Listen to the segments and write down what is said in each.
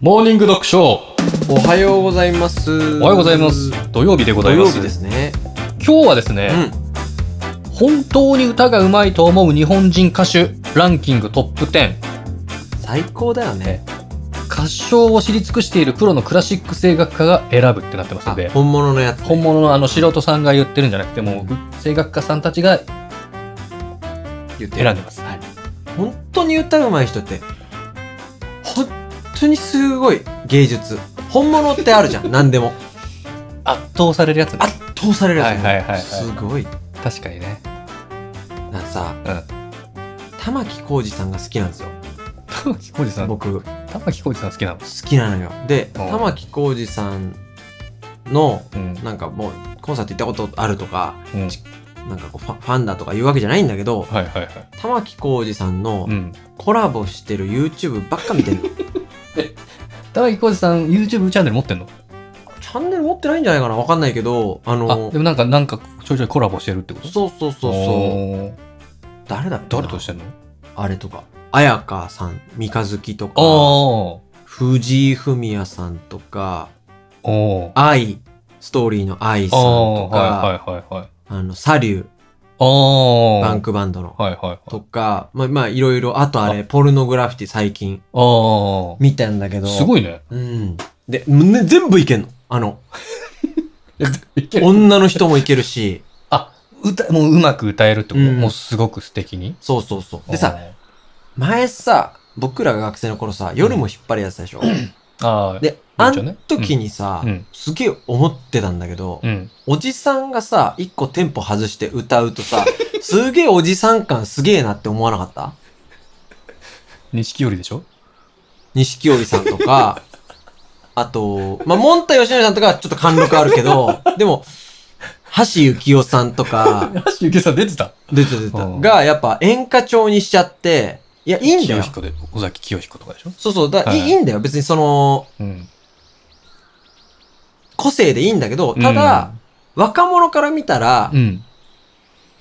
モーニング読書おはようございます。おおはようございます。土曜日でご土ざいま曜す。日ですね。今日はですね、本当に歌がうまいと思う日本人歌手ランキングトップ10。うん、最高だよね。合唱を知り尽くしているプロのクラシック声楽家が選ぶってなってますあので、本物のやつ。本物のあの素人さんが言ってるんじゃなくて、もうう声楽家さんたちが言って選んでます。はい。本当に歌うまい人って、本当にすごい芸術。本物ってあ るじゃん。何でも。圧倒されるやつね。圧倒されるやつ、ね。はいはいはいはいすごい。確かにね。なんかさ、うん玉置浩二さんが好きなんですよ。玉置浩二さん、僕。玉置浩二さん好きなの。好きなのよでうん玉置浩二さんのうん。なんかもうコンサート行ったことあるとかうんなんかこうファファンだとかいうわけじゃないんだけどはいはいはい。玉置浩二さんのうん。コラボしてる YouTube ばっか見 てるのチ玉置浩二さん YouTube チャンネル持ってんのャンネル持ってないんじゃないかなわかんないけどああ、のでもなんか、なんかちょいちょいコラボしてるってことそうそうそうそうおー誰だっけな誰としてんのあれとか綾香さん三日月とかあ藤井フミヤさんとかあ。おー愛ストーリーの愛さんあとーかはいはいはいはい。あのサリューああ。バンクバンドのはいはいはい。とか、まあ、まあ、いろいろ、あとあれ、ポルノグラフィティ最近あ見たんだけあ。ど。すい。ごいね。うん。で、ね全部いけんの。あの、いける女の人もいけるし、あ、歌、もううまく歌えるってこと、うんもうすごく素敵に。そうそうそう。でさ、、前さ、僕らが学生の頃さ、夜も引っ張るやつでしょ。ああ。で、めあっちゃねん時にさ、うん。すげえ思ってたんだけど、うん。おじさんがさ、一個テンポ外して歌う とさ、すげえおじさん感すげえなって思わなかった錦織でしょ錦織さんとか、 あと、まあ、モンタヨシノリさんとかはちょっと貫禄あるけど、でも、橋幸夫さんとか、橋幸さん出てた。出て出た、うんが、やっぱ演歌調にしちゃって、いや、いいんだ清。よ彦で、尾崎清彦とかでしょそうそう、だ、はいいい、いいんだよ。別にその、うん。個性でいいんだけど、ただ、若者から見たら、うん、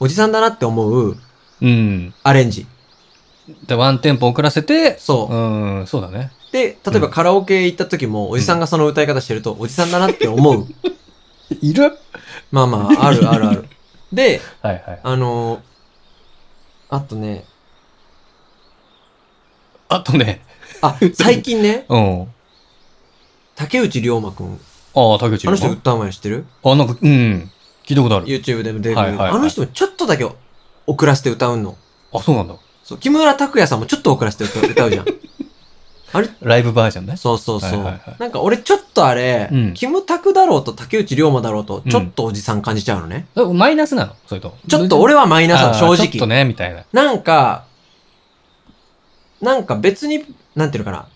おじさんだなって思ううん。うん。アレンジ。で、ワンテンポ遅らせて、そう。うん、そうだね。で、例えばカラオケ行った時も、おじさんがその歌い方してると、おじさんだなって思 う。いるはいまあまあ、あるあるある。で、はい。あのーあとね、あとね、あ、最近ね、うん。竹内涼真くん。ああ、竹内あ涼の真人歌う前知ってるあ、なんか、うん。聞いたことある。 ?YouTube でも出てくる。はいはいはいあの人もちょっとだけ遅らせて歌うの。あ、そうなんだ。そう、木村拓哉さんもちょっと遅らせて歌う歌うじゃん。あれライブバージョンね。そうそうそう。はいはいはいなんか俺ちょっとあれ、うんキムタクだろうと竹内涼真だろうと、ちょっとおじさん感じちゃうのね。えマイナスなのそれとも。ちょっと俺はマイナスなの、あ正ー直。ちょっとね、みたいな。なんか、なんか別に、なんていうのかな。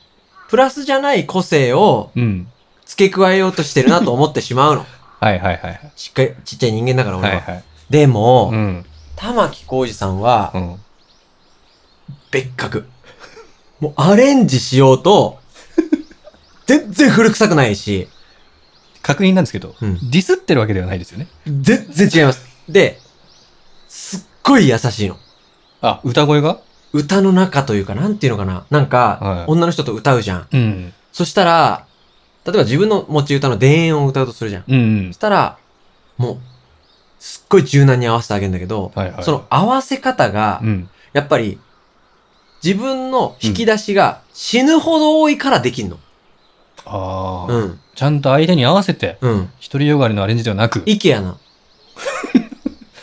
プラスじゃない個性をうん。付け加えようとしてるなと思ってし まうの。はいはいはい。ちっかいちっちゃい人間だから俺はは。いはい。でも、うん。玉置浩二さんはうん。別格。もうアレンジしよ うと、全然古臭くないし、確認なんですけど、うんディスってるわけではないですよね。全然違います。で、すっごい優しいの。あ、歌声が歌の中というか、なんていうのかな。なんか、はい女の人と歌うじゃん。うん。そしたら、例えば自分の持ち歌の田園を歌うとするじゃん。うんそし。たら、もう、すっごい柔軟に合わせてあげるんだけど、はいはい。その、合わせ方がう、ん。やっぱり、自分の引き出しが死ぬほど多いからできんの。ああ、うん。ちゃんと相手に合わせて、うん。独りよがりのアレンジではなく、イケアな。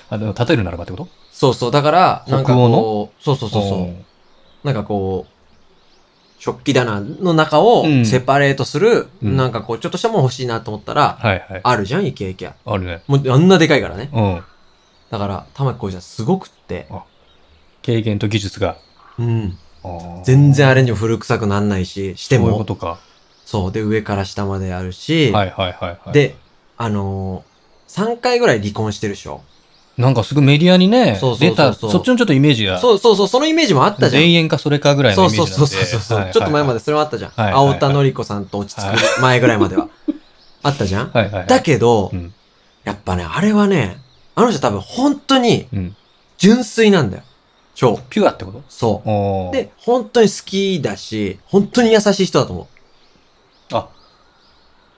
あの、例えるならばってことそうそう。だから、なんか北欧こう、そうそうそうそう。なんかこう、食器棚の中をうんセパレートする、うんなんかこう、ちょっとしたもん欲しいなと思ったら、はいはい。あるじゃん、イケイケア。あるね。もう、あんなでかいからね。うん。だから、玉木浩二はすごくって、経験と技術が。うん。あー全然アレンジも古臭くなんないし、してそういうこも、とか。そう。で、上から下まであるし、はいはいはいはい。で、あのー、3回ぐらい離婚してるでしょ。なんかすぐメディアにねそう、そう出そうた、そうそっちのちょっとイメージが、そうそうそう、そのイメージもあったじゃん。永遠かそれかぐらいのそイうメージそなうんで。そうそうそう、はいちょっと前まで。それもあったじゃん。はいはいはい青田のり子さんと落ち着く前ぐらいまでは。 あったじゃん。はいはいはい。だけど、うんやっぱね、あれはね、あの人多分本当にうん純粋なんだよ。超。ピュアってことそおう。ーで、、本当に好きだし、本当に優しい人だと思う。あ、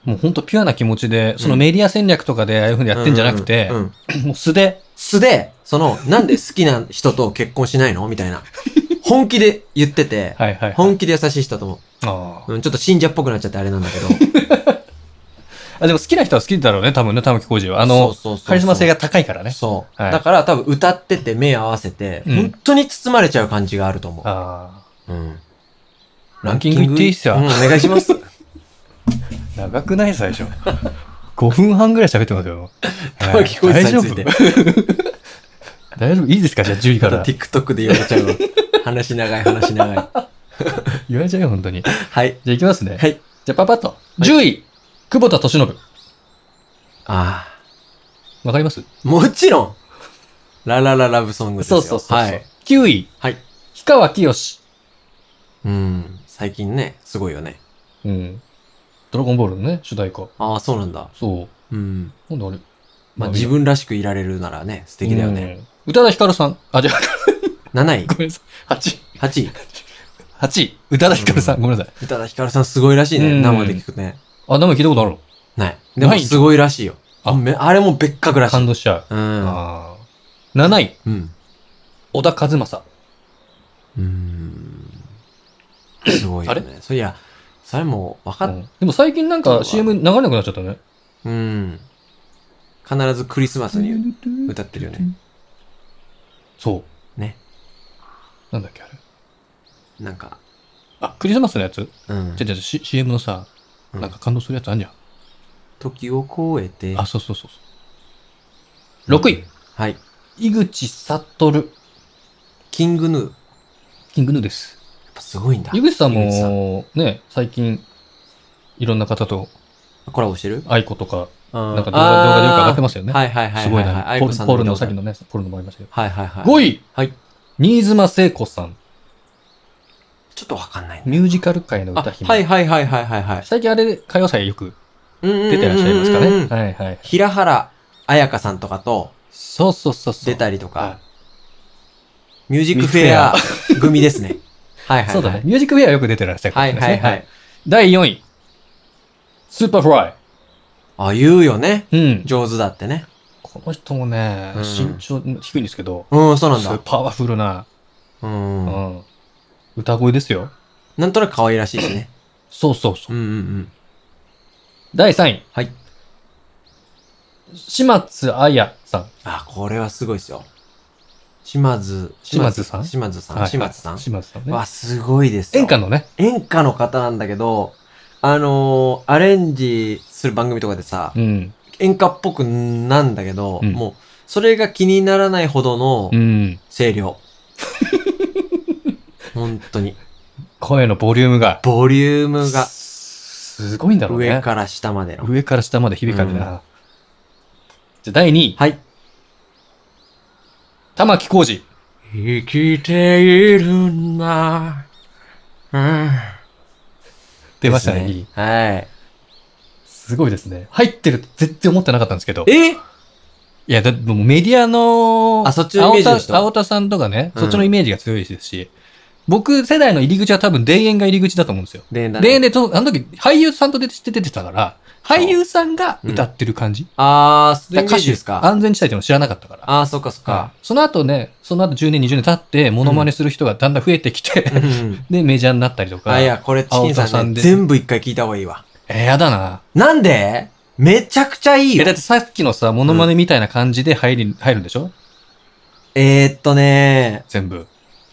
もう本当ピュアな気持ちで、そのメディア戦略とかでああいうふうにやってんじゃなくてうん、うんうんもう素で、素で、その、なんで好きな人と結婚しないのみたい な。本気で言ってて、はいはい。本気で優しい人だと思あう。うん、ちょっと信者っぽくなっちゃってあれなんだけど。ーあでも好きな人は好きだろうね、多分ね、玉木浩二は。あの、そうそうそうそうカリスマ性が高いからね。そう。はいだから多分歌ってて目合わせて、うん本当に包まれちゃう感じがあると思あう。うん。ランキングいっていいっすようん、お願いします。あ、長くない 最初。5分半ぐらい喋ってます よ。玉木浩二さんについて。はい大丈夫大丈夫いいですかじゃあ10位かまたら。 TikTok で言われちゃうわ。話長い話長い。言われちゃうよ、本当に。じゃはい。あ行きますね。はい。じゃあパパッと。10位、久保田敏信。ああ。わかりますもちろんララララブソングですよ。はい。 9位、はい。氷川きよし。うん。最近ね、すごいよね。うん。ドラゴンボールのね、主題歌。ああ、そうなんだ。そう。うん。なんであれまあ、自分らしくいられるならね、素敵だよね。。うん宇多田ヒカルさん。あ、じゃあ、 7位、ごめんなさい。8位。 8位。 8位。宇多田ヒカルさん。うんごめんなさい。宇多田ヒカルさんすごいらしいうね。ん生で聞くとね。あ、名前聞いたことあるのない。でもないすごいらしいよ。ああめあれも別格らしい。感動しちゃう。うん。ああ。7位、うん。小田和正。うん。すごいよあね。そいや、それも分かうっ、んでも最近なんか CM 流れなくなっちゃったね。うん。必ずクリスマスに歌ってるよね。そう。ね。なんだっけあれ。なんか、あ、クリスマスのやつうんじゃ。じゃ CM のさ、うんなんか感動するやつあんじゃん。時を超えて。あ、そうそうそうそう。6位、はい。井口悟。キングヌー。やっキングヌーです。ぱすごいんだ井。口さん井口さも、ね、最近、いろんな方と、コラボしてる愛子とか、ななんか動画動画でよく上がってまますよね。はいはいはい。すごいな。はポアイコルさんポルの動さ画っきのね、ポルのもありましたけど。はいはいはい。 5位、はい。新妻聖子さん、ちょっとわかんないね。ミュージカル界のあ、歌姫。はいはいはいはいはいはい。最近あれ、歌謡祭よく出出てらっしゃいますかね。はいはい。平原彩香さんとかとそうそうそうそう。出たりりとか、ミュージックフェア組ですね。はいはいはい。そうだね。。ミュージックウェアよく出てらっしゃる方はでいすね。はいはい。。第4位、スーパーフラあ、言うよね。イ。うん。上手だってね。この人もね、うん身長低いんですけど、うん、そうなんすごいだ。パワフルな、う。うんん、歌声ですよ。なんとなく可愛らしいしね。そうそうそううんうんうん。第3位。はい。島津彩さん。あ、これはすごいですよ。島津、島津さん島津さはん、い島津さん。島津さんねわ、。すごいですよ。演歌のね。演歌の方なんだけど、あのーアレンジする番組とかでさ、うん。演歌っぽくなんだけど、うんもう、それが気にならないほどのうん。声量。本当に。声のボリュームが。ボリュームがすすごいんだろうね。上から下までの。上から下まで響かれてな。うじゃあ第2位。はい。玉置浩二。生きているんだ。うん。出ましたね。ですいいはい。すごいですね。入ってると全然思ってなかったんですけど。えいや、だってもうメディアの、あそっちのイメージの青人田青田さんとかね、うんそっちのイメージが強いですし、僕世代の入り口は多分田園が入り口だと思うんですよ。で、な田園で、とあの時俳優さんと出て出てたから、俳優さんが歌ってる感じ。あー、そういうだからイメー歌ジ手ですか。安全地帯っていうのを知らなかったから。あー、そっかそっか。その後ね、その後10年、20年経って、モノマネする人がだんだん増えてきて、 うん。で、メジャーになったりとか。あ、いや、これチキン青田ささんんでね、全部一回聞いた方がいいわ。えーやだな。なんでめちゃくちゃいいえ、よだっ。てさっきのさ、モノマネみたいな感じで入り、入るんでしょえー、っとね全部。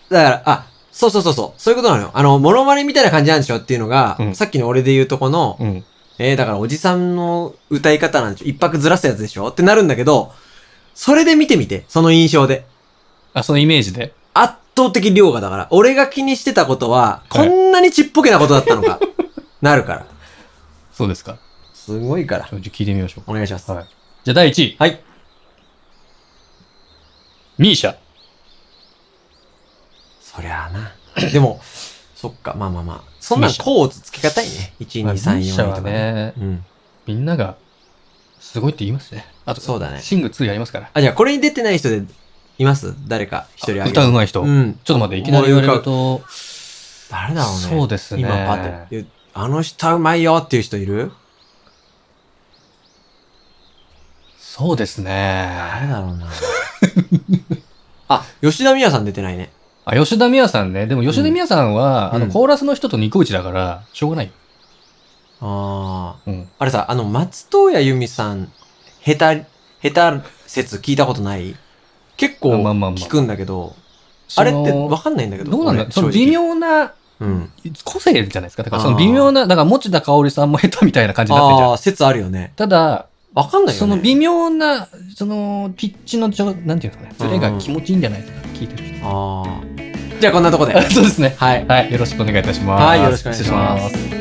だから、あ、そうそうそうそう、そういうことなのよ。あの、モノマネみたいな感じなんでしょっていうのが、うんさっきの俺で言うとこの、うん。えー、だからおじさんの歌い方なんでしょ一泊ずらすやつでしょってなるんだけど、それで見てみて、その印象で。あ、そのイメージで。圧倒的量がだから、俺が気にしてたことは、はこいんなにちっぽけなことだったの か、なるから。そうですか。すごいからち。ょっと聞いてみましょうかお願いします。はい。じゃあ第1位。はい。ミーシャ。そりゃあな。でも、そっか、まあまあまあ。そんなんコーツつけがたいね。1、2、まあミー3、シャ4はとかね。ね、うん。みんなが、すごいって言いますね。あと、そうだねシング2やりますから。あ、じゃあこれに出てない人で、います誰か一人あげる。歌うまい人、うちょっん。と待って、いきなり言われると、誰だろうね。そうですね今パッと言う。あの人はうまいよっていう人いるそうですね。誰だろう な。あ、吉田美也さん出てないね。あ、吉田美也さんね。でも吉田美也さんは、うんあうんの、コーラスの人とニコイチだから、しょうがないよ。ああ。うん。あれさ、あの、松任谷由実さん、下手、下手説聞いたことない結構あまあまあまあ聞くんだけど、あれってわかんないんだけど。どうなんだ俺その正直微妙な、うん。個性じゃないですか。だからそあのー微妙な、だから持田香織さんも下手みたいな感じになってんじゃあん。あー、説あるよね。ただ、わかんないよね。その微妙な、その、ピッチのちょ、なんていうんですかね、ズレうんが気持ちいいんじゃないですか、聞いてる人。ああ。じゃあこんなとこで。 そうですね。はい。はい、よろしくお願いいたします。はいよろしくお願いします失礼します。